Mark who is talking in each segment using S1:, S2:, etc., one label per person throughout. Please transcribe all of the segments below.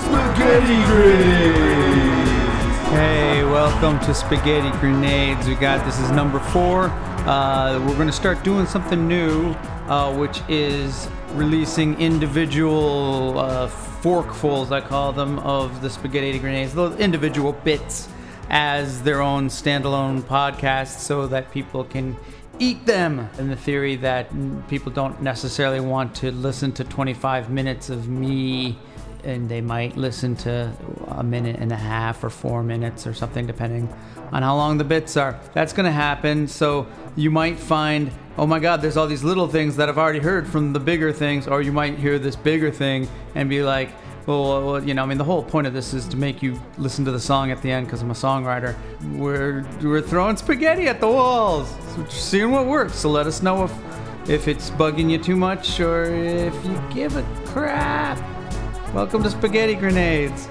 S1: Spaghetti Grenades!
S2: Hey, welcome to Spaghetti Grenades. We got this is number four. Uh, we're going to start doing something new, uh, which is releasing individual uh, forkfuls, I call them, of the Spaghetti Grenades, those individual bits as their own standalone podcast so that people can eat them. And the theory that mm, people don't necessarily want to listen to 25 minutes of me and they might listen to a minute and a half or four minutes or something, depending on how long the bits are. That's going to happen. So you might find, oh my God, there's all these little things that I've already heard from the bigger things, or you might hear this bigger thing and be like, well, well, you know, I mean, the whole point of this is to make you listen to the song at the end because I'm a songwriter. We're we're throwing spaghetti at the walls, seeing what works. So let us know if if it's bugging you too much or if you give a crap. Welcome to Spaghetti Grenades.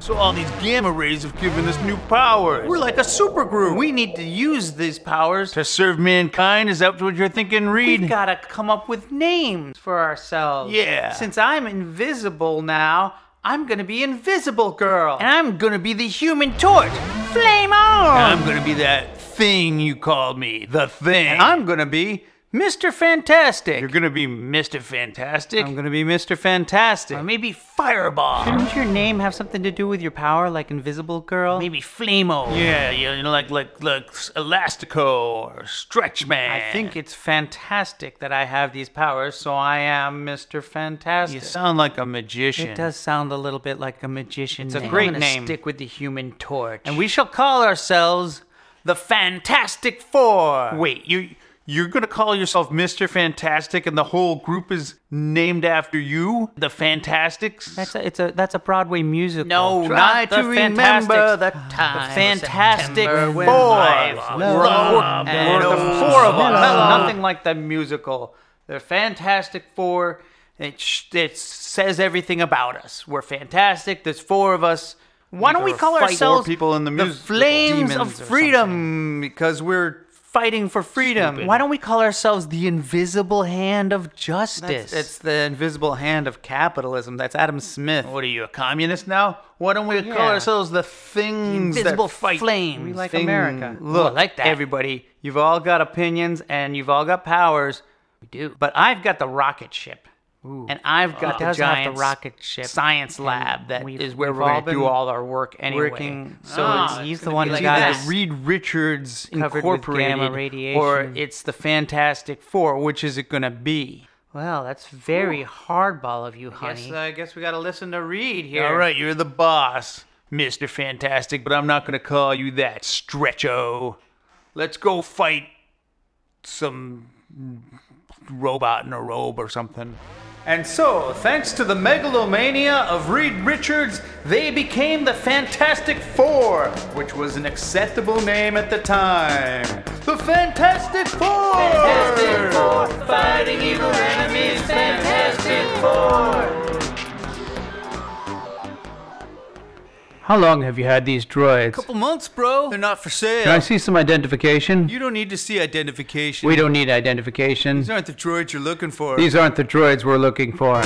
S1: So all these gamma rays have given us new powers.
S2: We're like a supergroup. We need to use these powers.
S1: to serve mankind, is that what you're thinking, Reed?
S2: We've got to come up with names for ourselves.
S1: Yeah.
S2: Since I'm invisible now, I'm going to be Invisible Girl. And I'm going to be the human torch. Flame on!
S1: I'm gonna be that thing you called me, the thing.
S2: I'm going to be Mr. Fantastic.
S1: you're gonna be Mr. Fantastic.
S2: I'm going to be Mr. Fantastic.
S1: Or maybe Fireball.
S2: Didn't your name have something to do with your power, like Invisible Girl?
S1: Maybe Flamo. Yeah, you know, like like like Elastico or Stretch Man.
S2: I think it's fantastic that I have these powers, so I am Mr. Fantastic.
S1: you sound like a magician.
S2: It does sound a little bit like a magician. It's
S1: a great name.
S2: Stick with the Human Torch, and we shall call ourselves the Fantastic Four.
S1: Wait, you you're gonna call yourself Mr. Fantastic, and the whole group is named after you, the Fantastics.
S2: That's a, it's a that's a Broadway musical.
S3: No,
S2: Try
S3: not
S2: to
S3: the
S2: remember
S3: Fantastics.
S2: the
S3: The
S2: time,
S3: Fantastic
S2: September, when
S3: Four.
S2: life
S3: Love
S2: was four-
S3: and
S2: the
S3: those
S2: four of them.
S3: love.
S2: No, nothing like the musical. The Fantastic Four. It sh- it says everything about us. We're fantastic. There's four of us. Why don't we
S1: Or
S2: call
S1: fight
S2: ourselves
S1: more people in the
S2: the
S1: musical.
S2: Flames of
S3: Demons or
S2: Freedom? Because we're fighting for freedom.
S1: Stupid.
S2: Why don't we call ourselves the Invisible Hand of Justice?
S3: That's-
S2: it's the Invisible Hand of Capitalism. That's Adam Smith.
S1: What are you, a communist now? Why don't we call
S2: Yeah.
S1: ourselves the things
S2: invisible
S1: that fight?
S2: flames.
S3: We like America.
S2: Look,
S3: I
S2: like
S3: like
S2: that.
S3: that.
S2: Everybody, you've all got opinions and you've all got powers. We do. But I've got the rocket ship. And I've got the
S3: does have the
S2: giant
S3: rocket ship.
S2: science lab that
S3: we've-
S2: is where
S3: we've
S2: we're
S3: all
S2: gonna do
S3: been
S2: all our work anyway.
S3: working-
S2: So
S3: Ah,
S2: it's,
S3: it's
S2: he's the
S3: gonna
S2: one
S3: be
S2: who
S3: like
S2: got
S3: that.
S2: the Reed Richards
S3: Covered with
S2: Incorporated,
S3: gamma
S2: or
S3: radiation.
S2: it's the Fantastic Four. Which is it gonna be?
S3: Well, that's very hardball of you, honey.
S2: Guess, I guess we got to listen to Reed here.
S1: All right, you're the boss, Mr. Fantastic, but I'm not gonna call you that, Stretcho. Let's go fight some robot in a robe or something.
S2: And so, thanks to the megalomania of Reed Richards, they became the Fantastic Four, which was an acceptable name at the time. The Fantastic Four! Fantastic Four, fighting evil enemies, Fantastic Four! How long have you had these droids?
S1: Couple months, bro. They're not for sale.
S2: I see some identification?
S1: You don't need to see identification.
S2: We don't need identification.
S1: These aren't the droids you're looking for.
S2: These aren't the droids we're looking for.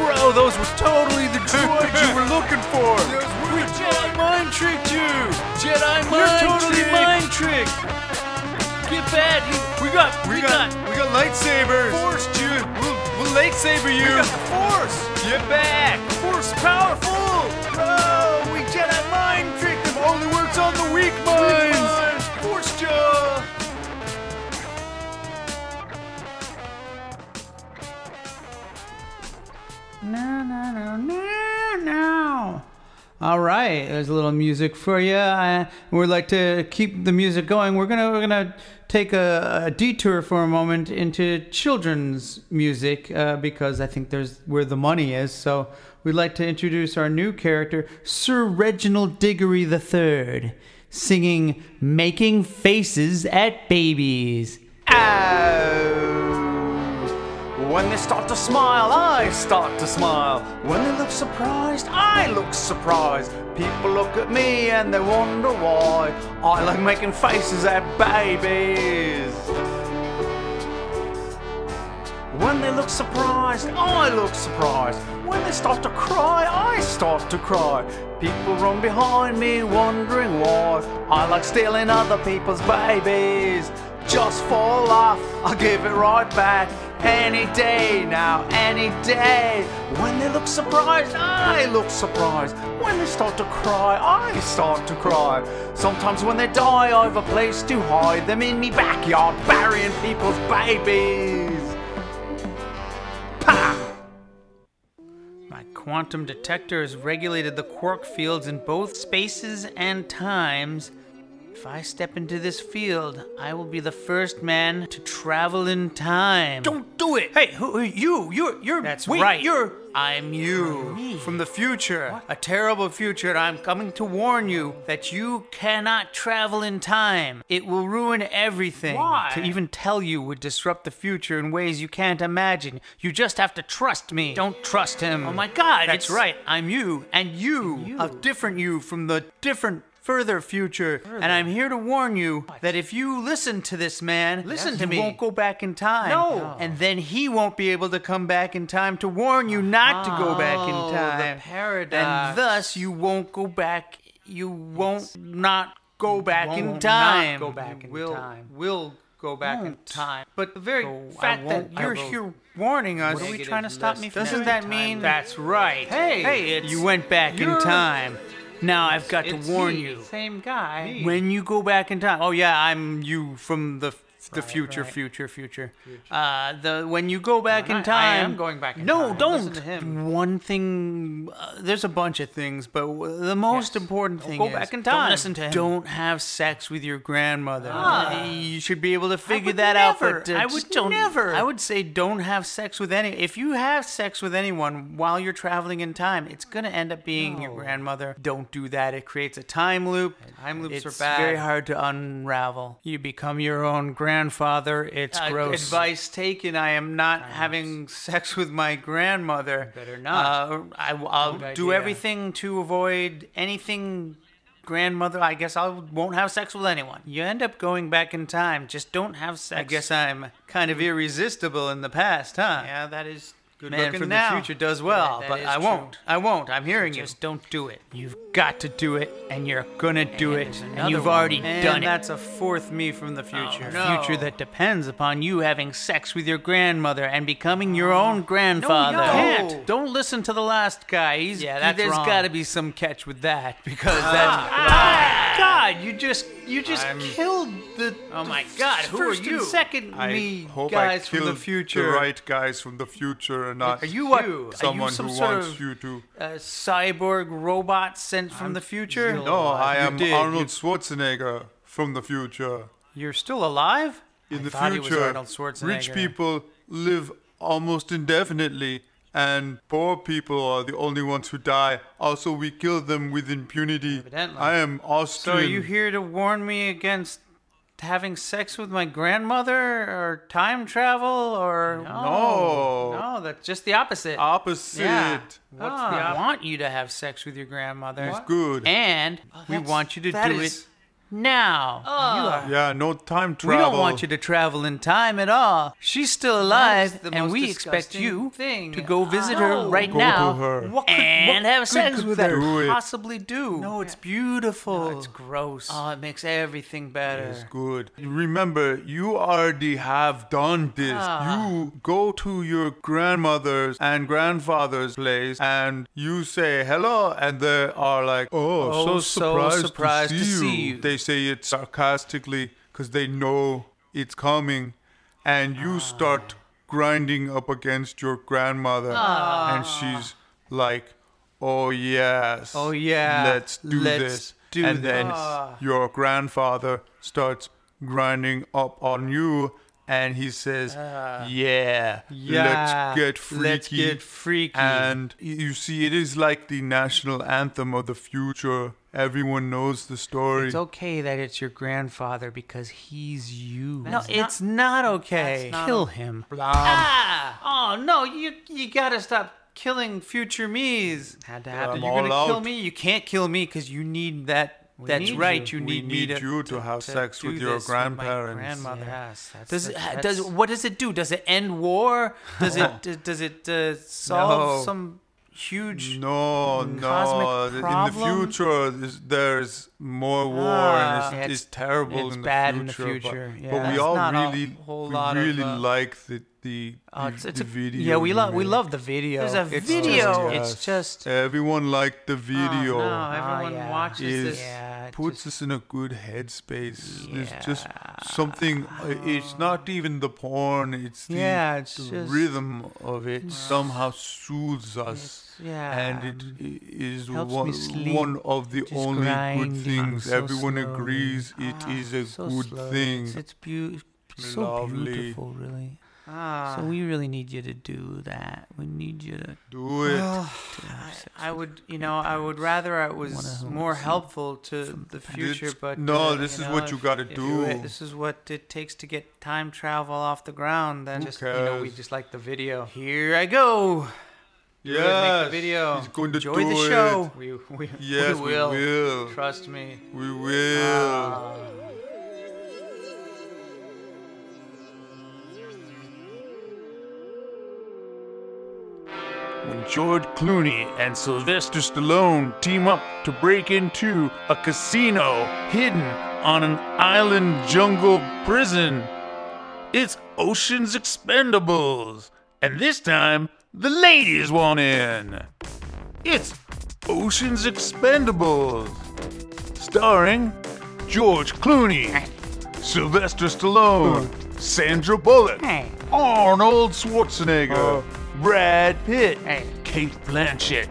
S1: Bro, those were totally the droids you were looking for. Those were the Jedi mind tricked you. Jedi mind You're totally mind tricked. Get bad. We got. We, got, We got lightsabers. Force you. We'll, we'll lightsaber you. We got the force. Get back. Force powerful. Bro, we Jedi mind tricked them. Only works on the weak minds. Force you.
S2: No, no, no, no, no. All right, there's a little music for you. I, we'd like to keep the music going. We're gonna we're gonna take a, a detour for a moment into children's music uh, because I think there's where the money is. So we'd like to introduce our new character, Sir Reginald Diggory III, singing "Making Faces at Babies." Ow!
S1: When they start to smile, I start to smile. When they look surprised, I look surprised. People look at me and they wonder why. I like making faces at babies. When they look surprised, I look surprised. When they start to cry, I start to cry. People run behind me wondering why. I like stealing other people's babies. Just for laugh, I'll give it right back. Any day now, any day. When they look surprised, I look surprised. When they start to cry, I start to cry. Sometimes when they die, I've a place to hide them in me backyard, burying people's babies.
S2: My quantum detector has regulated the quark fields in both spaces and times. If I step into this field, I will be the first man to travel in time.
S1: Don't do it. Hey, who, who- you, you're, you're.
S2: That's
S1: wait,
S2: right.
S1: You're.
S2: I'm you from the future, a terrible future, and I'm coming to warn you that you cannot travel in time. It will ruin everything.
S1: Why?
S2: To even tell you would disrupt the future in ways you can't imagine. You just have to trust me. Don't trust him.
S1: Oh my God,
S2: That's
S1: it's-
S2: right. I'm you, and you, a different you from the different. Further future, and I'm here to warn you that if you listen to this man,
S1: Listen
S2: you
S1: to me.
S2: won't go back in time.
S1: No.
S2: and then he won't be able to come back in time to warn you not to go back in
S1: Oh, the
S2: time.
S1: paradox.
S2: And thus you won't go back. You won't not go back in
S1: won't
S2: time.
S1: not go back
S2: You
S1: in
S2: will,
S1: time.
S2: Will go back in
S1: Won't.
S2: time. But the very
S1: Go- I
S2: fact that
S1: won't. I
S2: you're
S1: will.
S2: here warning us, are we
S1: Negative
S2: trying to stop me
S1: list.
S2: from
S1: Doesn't
S2: doing
S1: that
S2: time?
S1: mean-
S2: that's right?
S1: Hey, it's-
S2: you went back in
S1: you're-
S2: time. Now I've got to warn you.
S3: Same guy.
S2: When you go back in time, oh yeah, I'm you from the the future,
S3: right.
S2: future, future, Uh, the when you go back
S3: I'm
S2: in
S3: not- I
S2: time,
S3: am going back in
S2: no,
S3: time.
S2: don't.
S3: Listen to him.
S2: One thing, uh, there's a bunch of things, but w- the most
S3: Yes.
S2: important thing
S3: go
S2: is
S3: back in
S2: Don't
S3: time.
S2: listen to him. Don't have sex with your grandmother.
S3: Ah.
S2: You should be able to figure
S3: would
S2: that out.
S3: never.
S2: But uh,
S3: I
S2: just
S3: would
S2: don't,
S3: never.
S2: I would say don't have sex with any. If you have sex with anyone while you're traveling in time, it's gonna end up being your grandmother. Don't do that. It creates a time loop.
S3: Time loops
S2: It's
S3: are bad.
S2: very hard to unravel. You become your own grandfather. It's
S3: Uh,
S2: gross. Advice taken. I am not having sex with my grandmother.
S3: better not.
S2: Uh, I, will
S3: Good
S2: do
S3: idea.
S2: everything to avoid anything grandmother. I guess I won't have sex with anyone. You end up going back in time. Just don't have sex. I guess I'm kind of irresistible in the past, huh?
S3: Yeah, that is good
S2: Man
S3: looking
S2: from
S3: now.
S2: the future does well,
S3: that
S2: but
S3: is
S2: I
S3: true.
S2: won't. I won't. I'm hearing you.
S3: Just don't do it.
S2: You've got to do it, and you're gonna do
S3: And
S2: it,
S3: there's
S2: and
S3: another
S2: you've
S3: one.
S2: already
S3: And
S2: done it.
S3: that's
S2: a fourth me from the future.
S3: no.
S2: Future that depends upon you having sex with your grandmother and becoming your own grandfather.
S3: can't.
S2: Don't listen to the last guy. He's,
S3: Yeah, that's
S2: There's
S3: wrong. Ah.
S2: got to be some catch with that because that. God, you just you just
S4: I'm-
S2: killed the.
S3: Oh my
S2: the
S3: God, who are
S2: first and
S3: you?
S2: second
S4: I
S2: me
S4: hope
S2: guys
S4: I
S2: from
S4: killed
S2: the future.
S4: the right guys from the future and not
S2: Are you what?
S3: you,
S2: Are you
S4: someone
S2: some
S4: who
S2: sort
S4: wants
S2: of
S4: you to.
S2: a cyborg robot sent from the future?
S4: No, I
S2: You
S4: am
S2: did.
S4: Arnold Schwarzenegger from the future.
S2: You're still alive?
S4: In the
S2: thought he was
S4: future,
S2: Arnold Schwarzenegger.
S4: rich people live almost indefinitely, and poor people are the only ones who die. Also, we kill them with impunity.
S2: Evidently.
S4: I am
S2: So
S4: Austrian.
S2: are you here to warn me against having sex with my grandmother or time travel or
S4: No.
S2: No, that's just the opposite.
S4: Opposite.
S2: Yeah.
S3: What's
S2: Ah.
S3: the op-
S2: we want you to have sex with your grandmother.
S4: It's good.
S2: And we
S3: Oh, that's-
S2: want you to
S3: that
S2: do
S3: is- Oh.
S2: it now.
S4: yeah, no time
S2: we
S4: travel.
S2: don't want you to travel in time at all. She's still alive,
S3: the
S2: and
S3: most
S2: we expect
S3: disgusting
S2: you
S3: thing.
S2: to go visit her
S3: No.
S2: right
S4: Go
S2: now
S4: to her.
S2: What could, and have sex
S4: could
S2: with her.
S4: do it?
S2: Possibly do. No, it's beautiful.
S3: It's gross.
S2: Oh, it makes everything better.
S4: It's good. Remember, you already have done this.
S2: Ah.
S4: You go to your grandmother's and grandfather's place and you say hello, and they are like, oh,
S2: Oh,
S4: so
S2: so
S4: surprised,
S2: surprised
S4: to, see, you. They say it sarcastically because they know it's coming, and you
S2: Ah.
S4: start grinding up against your grandmother, and she's like, oh, yes.
S2: Ah. Oh, yeah.
S4: Let's do
S2: Let's
S4: this.
S2: do
S4: and then
S2: this.
S4: your grandfather starts grinding up on you and he says, yeah,
S2: yeah,
S4: let's get freaky.
S2: let's get freaky."
S4: And you see, it is like the national anthem of the future. Everyone knows the story.
S2: It's okay that it's your grandfather because he's you.
S3: That's
S2: no,
S3: not-
S2: it's not okay.
S3: that's not
S2: Kill
S3: o-
S2: him.
S4: Blam.
S3: Ah! Oh no, you you gotta stop killing future me's. Had to happen.
S4: I'm
S3: You're gonna
S4: all
S3: kill
S4: out.
S3: me. You can't kill me because you need that. that's
S5: need
S3: right.
S5: you.
S3: You,
S4: We
S3: need,
S4: need
S3: me to,
S4: you to have sex
S3: do
S4: with your
S3: this my
S4: grandparents.
S3: grandmother.
S5: Yes, that's
S3: Does
S5: the-
S3: it,
S5: that's-
S3: does what does it do? Does it end war? Does it d- does it uh, solve
S4: No.
S3: some huge?
S4: No,
S3: Mm.
S4: no.
S3: Cosmic
S4: th- In the
S3: problem?
S4: future, there's, there's more war,
S3: Ah.
S4: and
S3: Yeah,
S4: it's,
S3: it's-
S4: it's terrible.
S3: it's
S4: in the
S3: bad in the
S4: future, but-
S3: future, yeah.
S4: But, we
S3: That's
S4: all
S3: not a
S4: really,
S3: whole
S4: we
S3: lot of,
S4: really
S3: uh,
S4: like the the,
S3: Oh,
S4: the-
S3: it's, it's
S4: the
S3: a,
S4: video.
S3: yeah, we
S4: you
S3: love we
S4: made.
S3: love the video.
S5: There's a
S3: It's just-
S5: video.
S3: it's just
S4: Everyone liked the video.
S3: Oh, no, everyone
S5: yeah.
S3: watches
S4: is
S3: this. Yeah, Ah, it
S4: puts
S3: just-
S4: us in a good headspace. It's just something. uh, It's not even the porn. It's the,
S3: Yeah, it's
S4: the
S3: just- Mm.
S4: rhythm of it somehow soothes us.
S3: yeah.
S4: and it i- is
S3: Helps me
S4: one,
S3: sleep.
S4: one of the
S3: Just
S4: only good
S3: grinding
S4: things.
S3: so
S4: Everyone
S3: slowly.
S4: agrees it is a
S3: so
S4: good
S3: slow.
S4: thing.
S3: It's, it's beau- so
S4: Lovely.
S3: beautiful, really.
S5: Ah,
S3: so we really need you to do that. We need you to.
S4: Do it.
S3: Ah.
S5: I would, you know, I would rather it
S3: Wanna
S5: was
S3: help
S5: more
S3: some-
S5: helpful to the future,
S4: It's-
S5: but
S4: no,
S5: uh,
S4: this
S5: you
S4: is
S5: know,
S4: what
S5: if-
S4: you gotta
S5: if
S4: do.
S5: it- This is what it takes to get time travel off the ground. Then
S4: Who
S5: just, you know, we
S4: cares?
S5: just like the video. Here I go. it,
S4: yes.
S5: make the video.
S4: He's going to
S5: Enjoy
S4: do
S5: the
S4: it.
S5: show. We, we,
S4: Yes,
S5: we
S4: we
S5: will.
S4: will.
S5: Trust me.
S4: We
S3: Ah.
S4: will.
S1: when George Clooney and Sylvester Stallone team up to break into a casino hidden on an island jungle prison. It's Ocean's Expendables, and this time the ladies want in. It's Ocean's Expendables, starring George Clooney, Sylvester Stallone, Sandra Bullock, Arnold Schwarzenegger, Brad Pitt, Kate Blanchett,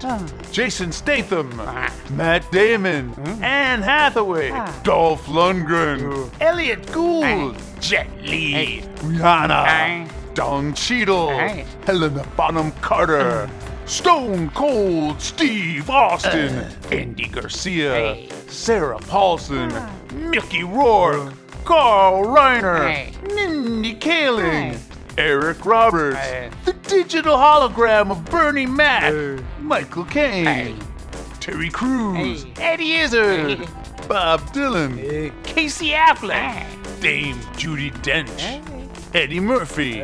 S1: Jason Statham, Matt Damon, Anne Hathaway,
S4: Dolph Lundgren.
S1: Elliot Gould, Jet Li, Rihanna, Don Cheadle, Helena Bonham Carter, Stone Cold Steve Austin, Andy Garcia, Sarah Paulson, Mickey Rourke, Carl Reiner, Mindy Kaling, Eric Roberts, the digital hologram of Bernie Mac, Michael Caine. Terry Crews, Eddie Izzard, Bob Dylan, Casey Affleck, Dame Judy Dench, Eddie Murphy,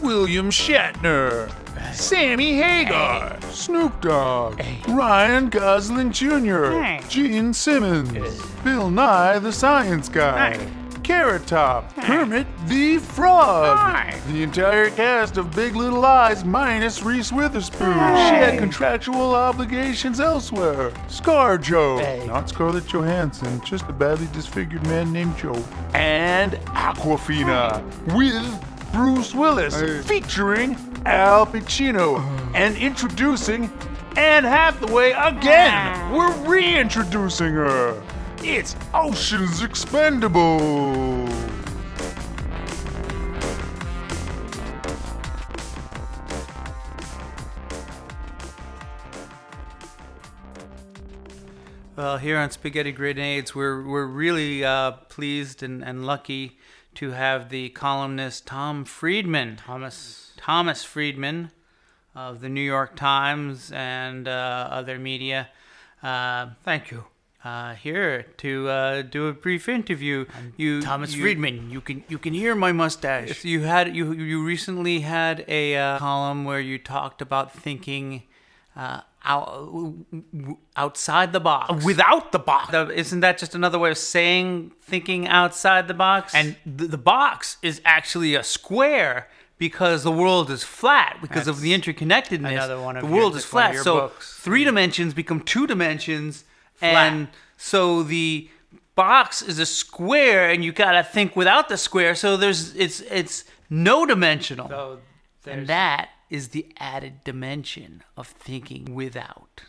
S1: William Shatner, Sammy Hagar, Snoop Dogg, Ryan Gosling Jr., Gene Simmons, Bill Nye the Science Guy. Carrot Top, Kermit the Frog, the entire cast of Big Little Lies minus Reese Witherspoon. She had contractual obligations elsewhere. Scar Joe, not Scarlett Johansson, just a badly disfigured man named Joe, and Aquafina with Bruce Willis featuring Al Pacino and introducing Anne Hathaway again. We're reintroducing her. It's Ocean's Expendable.
S3: Well, here on Spaghetti Grenades, we're we're really uh, pleased and, and lucky to have the columnist Tom Friedman, Thomas Thomas Friedman, of the New York Times and uh, other media. Uh, thank you. Uh, here to uh, do a brief interview. you,
S5: Thomas
S3: you-
S5: Friedman, you can you can hear my mustache.
S3: Yes, you had you you recently had a uh, column where you talked about thinking uh, out, w- w- outside the box.
S5: Without the box.
S3: The- isn't that just another way of saying thinking outside the box?
S5: and the, the box is actually a square.
S3: because the world is flat because of the interconnectedness.
S5: another one of
S3: the
S5: your-
S3: world is
S5: that's one of
S3: flat,
S5: your
S3: so
S5: books.
S3: three dimensions become two dimensions, and so the box is a square, and you gotta think without the square. So there's it's it's no dimensional.
S2: Oh,
S5: So
S3: And that is the added dimension of thinking without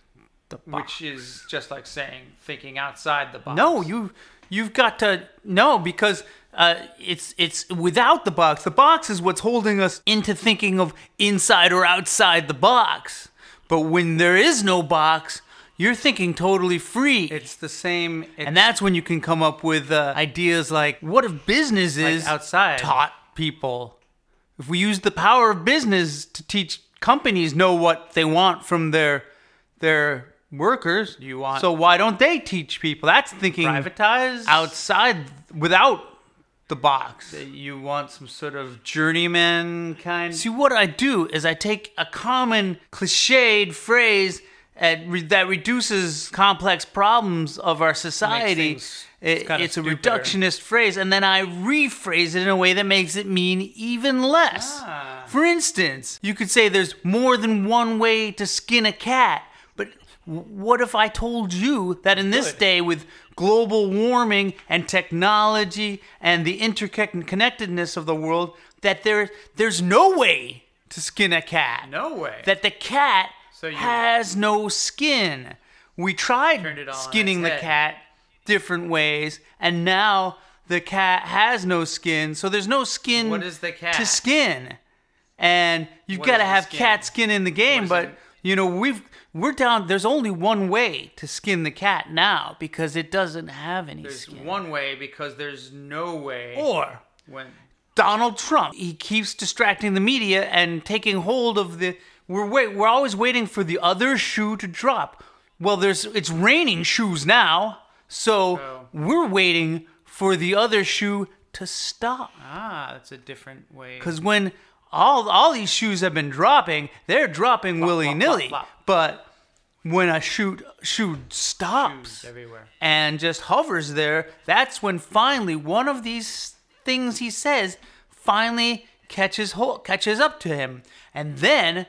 S3: the box.
S5: which is just like saying thinking outside the box.
S3: no, you you've got to no because uh, it's it's without the box. The box is what's holding us into thinking of inside or outside the box. But when there is no box, you're thinking totally free.
S5: It's the same. It's
S3: and that's when you can come up with uh, ideas like what if business is
S5: outside.
S3: taught people if we use the power of business to teach companies know what they want from their their workers,
S5: You want-
S3: so why don't they teach people? That's thinking
S5: Privatize?
S3: outside without the box.
S5: You want some sort of journeyman kind?
S3: See, what I do is I take a common cliched phrase at re- that reduces complex problems of our society.
S5: things-
S3: I-
S5: it's kinda
S3: it's a
S5: stupider.
S3: reductionist phrase, and then I rephrase it in a way that makes it mean even less.
S5: Ah.
S3: For instance, you could say there's more than one way to skin a cat, but w- what if I told you that in this
S5: Good.
S3: day with global warming and technology and the interconnectedness of the world that there there's no way to skin a cat.
S5: No way.
S3: That the cat
S5: So you-
S3: has no skin. We
S5: Turned it
S3: tried
S5: all on
S3: skinning the
S5: its head.
S3: cat different ways and now the cat has no skin. So there's no skin
S5: What is the cat?
S3: to skin. And you've
S5: What
S3: got to
S5: is the
S3: have
S5: skin?
S3: cat skin in the game,
S5: is
S3: but
S5: it?
S3: you know, we've we're down there's only one way to skin the cat now because it doesn't have any
S5: there's
S3: skin.
S5: one way because there's no way.
S3: or
S5: when
S3: Donald Trump. He keeps distracting the media and taking hold of the. We're wait. We're always waiting for the other shoe to drop. Well, there's it's raining shoes now, so
S5: Oh.
S3: we're waiting for the other shoe to stop.
S5: ah, that's a different way.
S3: Because when all all these shoes have been dropping, they're dropping willy nilly.
S5: bop.
S3: But when a shoe shoe stops
S5: Shoes everywhere.
S3: and just hovers there, that's when finally one of these things he says finally catches hold, catches up to him, and then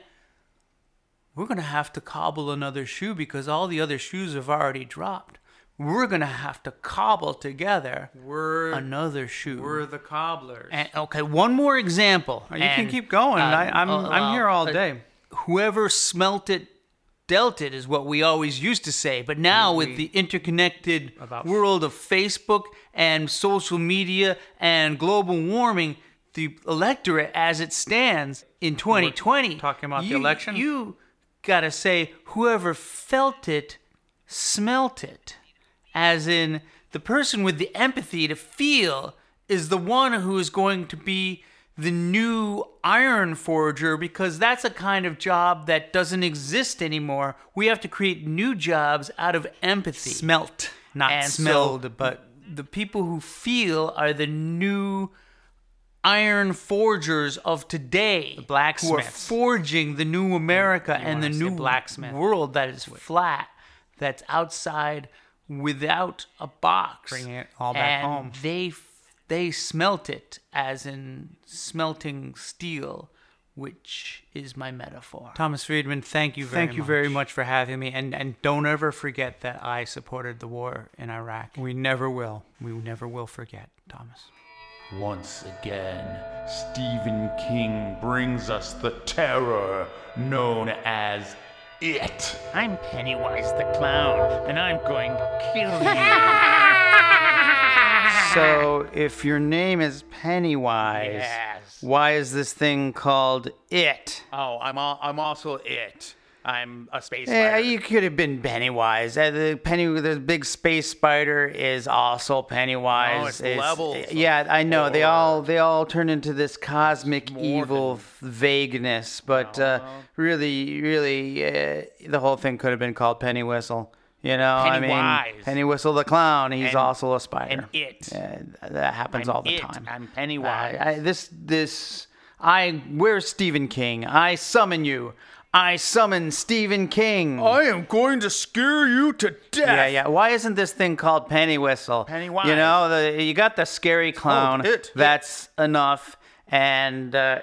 S3: we're gonna have to cobble another shoe because all the other shoes have already dropped. We're gonna have to cobble together
S5: we're
S3: another shoe.
S5: we're the cobblers.
S3: And, okay, one more example. uh,
S2: You can keep going.
S5: uh,
S2: I, I'm
S5: oh,
S2: I'm here all day.
S3: Whoever smelt it, dealt it, is what we always used to say. But now with the interconnected
S5: About-
S3: world of Facebook and social media and global warming, the electorate as it stands in 2020,
S5: talking about the
S3: you-
S5: election?
S3: you gotta say whoever felt it, smelt it as in the person with the empathy to feel is the one who is going to be the new iron forger because that's a kind of job that doesn't exist anymore. We have to create new jobs out of empathy.
S5: Smelt, not
S3: And so
S5: smelled, but-
S3: the people who feel are the new iron forgers of today. The Who are
S5: blacksmiths.
S3: forging the new America and the
S5: wanna say
S3: new
S5: blacksmith.
S3: world that is flat, that's outside without a box.
S5: Bringing it all back
S3: And
S5: home.
S3: They f- they smelt it as in smelting steel, which is my metaphor.
S5: Thomas Friedman, thank you very
S3: Thank
S5: much.
S3: you very
S5: much for having me. And and don't ever forget that I supported the war in Iraq. We never will. We never will forget, Thomas.
S6: Once again, Stephen King brings us the terror known as It.
S7: I'm Pennywise the Clown, and I'm going to kill you.
S2: So
S7: Ah.
S2: if your name is Pennywise, why is this thing called it?
S7: Oh, I'm all, I'm also it. I'm a space
S2: Yeah,
S7: spider.
S2: you could have been Pennywise. Uh, the Penny, the big space spider, is also Pennywise.
S7: No, Oh, it's levels
S2: Yeah, I know. They all
S7: horror.
S2: they all turn into this cosmic
S7: more than-
S2: evil
S7: Uh-huh.
S2: vagueness. But uh, really, really, uh, the whole thing could have been called Penny Whistle. You know, I mean,
S7: Pennywise.
S2: Penny Whistle the clown. He's
S7: And-
S2: also a spider.
S7: and it.
S2: Yeah, that happens
S7: I'm
S2: all the
S7: it.
S2: time. Uh,
S7: I'm Pennywise.
S2: I, I, this this I where's Stephen King? I summon you. I summon Stephen King.
S7: am going to scare you to death.
S2: Yeah, yeah. Why isn't this thing called Penny Whistle?
S7: Pennywise.
S2: You know, the, you got the scary clown.
S7: Oh, it, it.
S2: That's enough. And uh,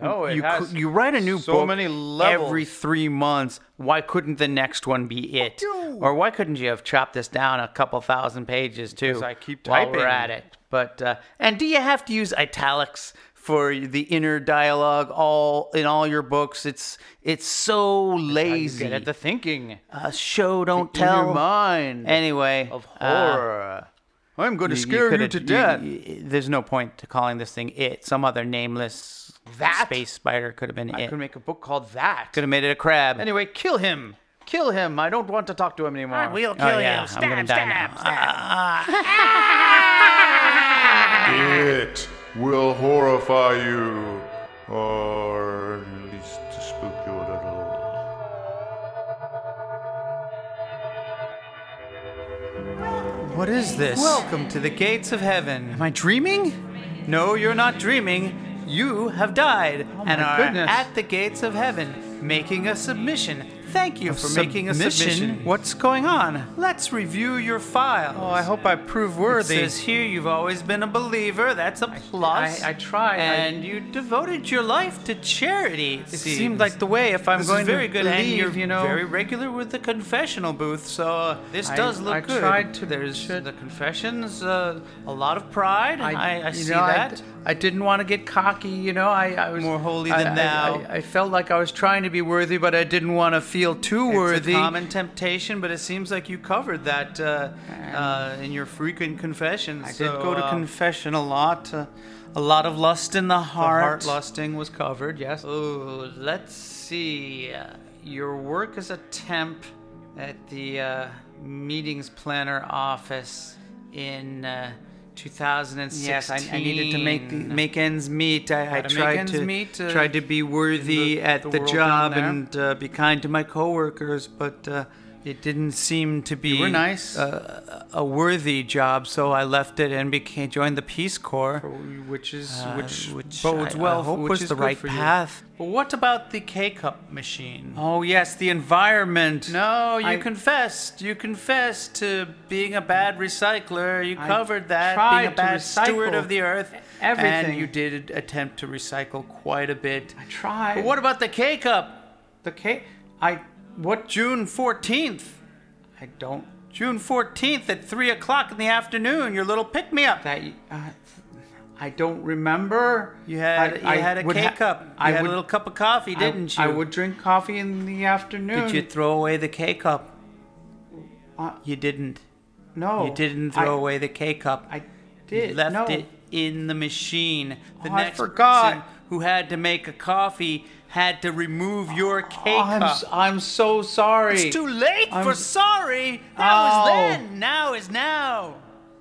S7: No, it
S2: you
S7: has
S2: cou- you write a new
S7: so
S2: book
S7: many levels.
S2: every three months. Why couldn't the next one be it? Or why couldn't you have chopped this down a couple thousand pages too? Because
S7: I keep
S2: While we're
S7: typing.
S2: at it, but uh, and do you have to use italics? For the inner dialogue, all in all your books, it's it's so lazy.
S7: at the
S2: thinking, uh, show don't in your tell.
S7: mind
S2: Anyway,
S7: of
S2: uh,
S7: horror. I'm going to
S2: you- you
S7: scare you,
S2: coulda-
S7: to death.
S2: you- there's no point to calling this thing it. Some other nameless
S7: That?
S2: space spider could have been
S7: I
S2: it.
S7: could make a book called that.
S2: Could have made it a crab.
S7: Anyway, kill him.
S2: kill him. I don't want to talk to him anymore.
S7: I will
S2: oh,
S7: kill
S2: yeah.
S7: you.
S2: I'm gonna
S7: Stab,
S2: die
S7: stab,
S2: now. Uh,
S4: It will horrify you.
S6: or at least to spook you a little.
S5: What is this?
S3: Welcome to the gates of heaven.
S5: Am I dreaming?
S3: No, you're not dreaming. You have died and
S2: Oh my
S3: are
S2: goodness.
S3: at the gates of heaven making a submission. Thank you for making a
S2: submission?
S3: submission. What's going on? Let's review your file.
S2: Oh, I hope I prove worthy.
S3: It says here you've always been a believer. That's a plus.
S5: I- I tried. I-
S3: And you devoted your life to charity. It,
S2: it seemed like the way if I'm
S3: this
S2: going
S3: is very
S2: to
S3: good. and
S2: believe,
S3: you're
S2: you know.
S3: very regular with the confessional booth, so uh, this
S2: I-
S3: does look
S2: I
S3: good.
S2: tried to-
S3: There's
S2: should-
S3: the confessions. Uh, a lot of pride. I, I,
S2: you
S3: see
S2: know, I-
S3: that.
S2: I, didn't want to get cocky, you know. I, I was
S3: More holy
S2: I-
S3: than
S2: I-
S3: thou.
S2: I, I felt like I was trying to be worthy, but I didn't want to feel too
S3: It's a
S2: worthy.
S3: common temptation, but it seems like you covered that uh, uh, in your frequent confessions. um,
S5: I did go to
S3: confession.
S5: confession a lot. Uh, a lot of lust in the heart.
S3: Heart lusting was covered, yes. Oh, let's see. Uh, Your work as a temp at the uh, meetings planner office in uh, 2016.
S5: Yes, I, I needed to make the, make ends meet. I, I
S3: to make
S5: tried
S3: ends
S5: to
S3: meet, uh,
S5: tried to be worthy
S3: the-
S5: at
S3: the
S5: the,
S3: world down
S5: job
S3: there.
S5: and uh, be kind to my coworkers, but uh, it didn't seem to be
S3: were nice.
S5: uh, a worthy job. So I left it and became joined the Peace Corps,
S3: which is
S5: uh,
S3: which,
S5: bodes well.
S3: which
S5: was
S3: is
S5: the
S3: good
S5: right
S3: for you.
S5: path.
S3: But what about the K-cup machine?
S5: Oh yes, the environment.
S3: No, you
S5: I-
S3: confessed. You confessed to being a bad recycler. You
S5: I
S3: covered that.
S5: tried
S3: Being a
S5: to
S3: bad steward
S5: recycle
S3: of the earth. And
S5: everything.
S3: you did attempt to recycle quite a bit. I
S5: tried.
S3: But what about the K cup?
S5: the K. I
S3: What June fourteenth?
S5: I don't
S3: June fourteenth at three o'clock in the afternoon. Your little pick me up.
S5: that. Uh, I don't remember.
S3: You had
S5: I,
S3: you had a
S5: would ha-
S3: K cup. You
S5: I
S3: had
S5: would-
S3: a little cup of coffee, didn't
S5: I,
S3: you?
S5: I would drink coffee in the afternoon.
S3: Did you throw away the K cup? you didn't.
S5: Uh, no,
S3: You didn't throw
S5: I,
S3: away the K cup.
S5: I
S3: You
S5: did.
S3: left
S5: no.
S3: it in the machine. The
S5: Oh, I
S3: next
S5: forgot.
S3: person who had to make a coffee had to remove your K
S5: Oh, I'm,
S3: cup.
S5: s- I'm so sorry.
S3: it's too late
S5: I'm-
S3: for sorry. That
S5: Ow.
S3: was then. Now is now.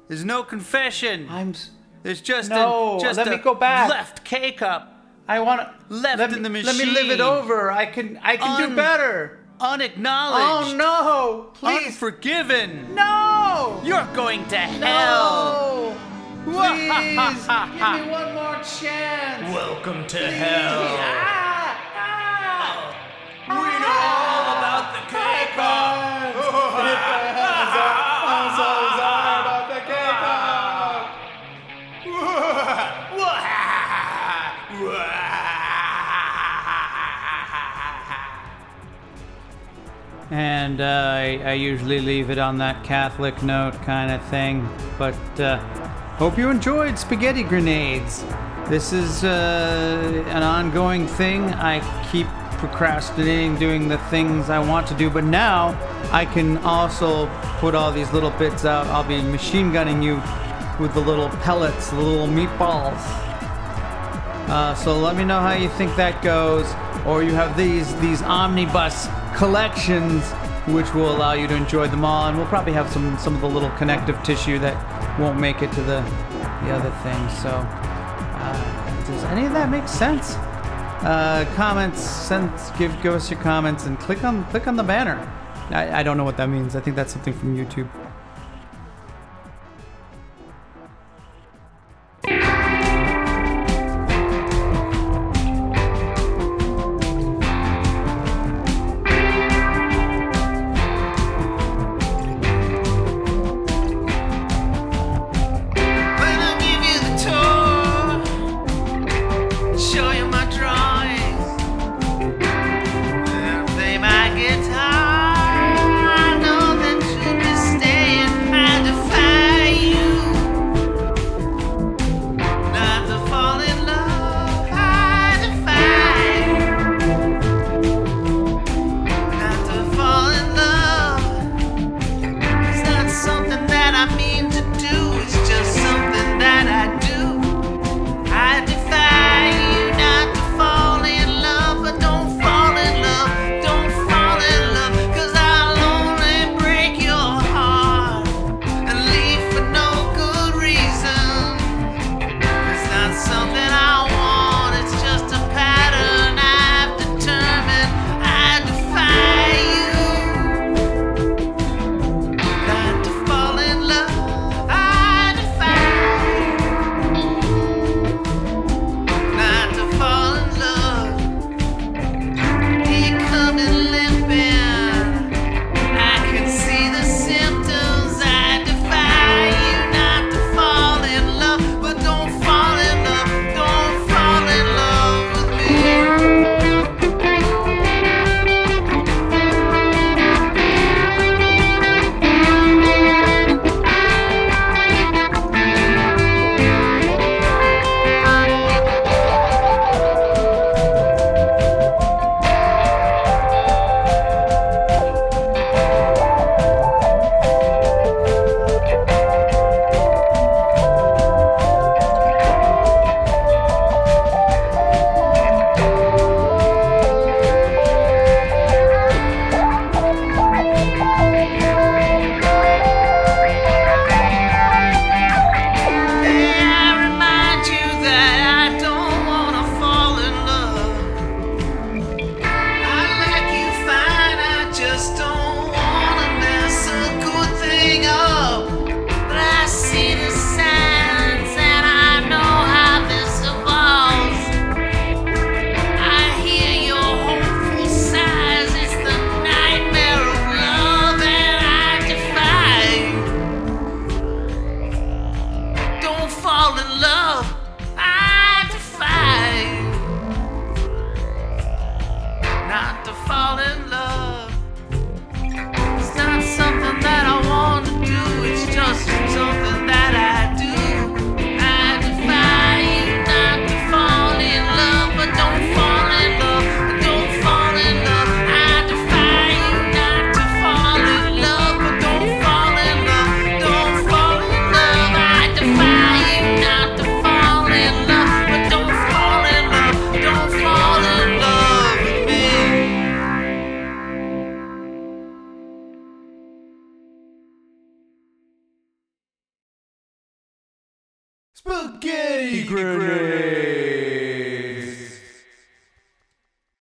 S3: There's no confession.
S5: I'm. s-
S3: There's just
S5: No,
S3: a just
S5: let
S3: a
S5: me go back.
S3: left K cup,
S5: I want to
S3: Left
S5: let
S3: in
S5: me,
S3: the
S5: Let me live
S3: machine.
S5: it over. I can. I can
S3: Un-
S5: do better. Oh
S3: unacknowledged,
S5: no! Please.
S3: unforgiven.
S5: no.
S3: You're going to hell.
S5: No. Please. give me one more chance.
S7: Welcome to hell.
S2: And uh, I, I usually leave it on that Catholic note kind of thing. But uh, hope you enjoyed Spaghetti Grenades. This is uh, an ongoing thing. I keep procrastinating doing the things I want to do, but now I can also put all these little bits out. I'll be machine gunning you with the little pellets, the little meatballs. Uh, so let me know how you think that goes, or you have these these omnibus collections, which will allow you to enjoy them all, and we'll probably have some some of the little connective tissue that won't make it to the the other thing. So uh, does any of that make sense? Uh, comments, send give give us your comments, and click on click on the banner. I, I don't know what that means. I think that's something from YouTube.
S3: When I give you the tour, show you my drawings, and play my guitar, I know that you'll be staying.
S2: Spaghetti Grenade!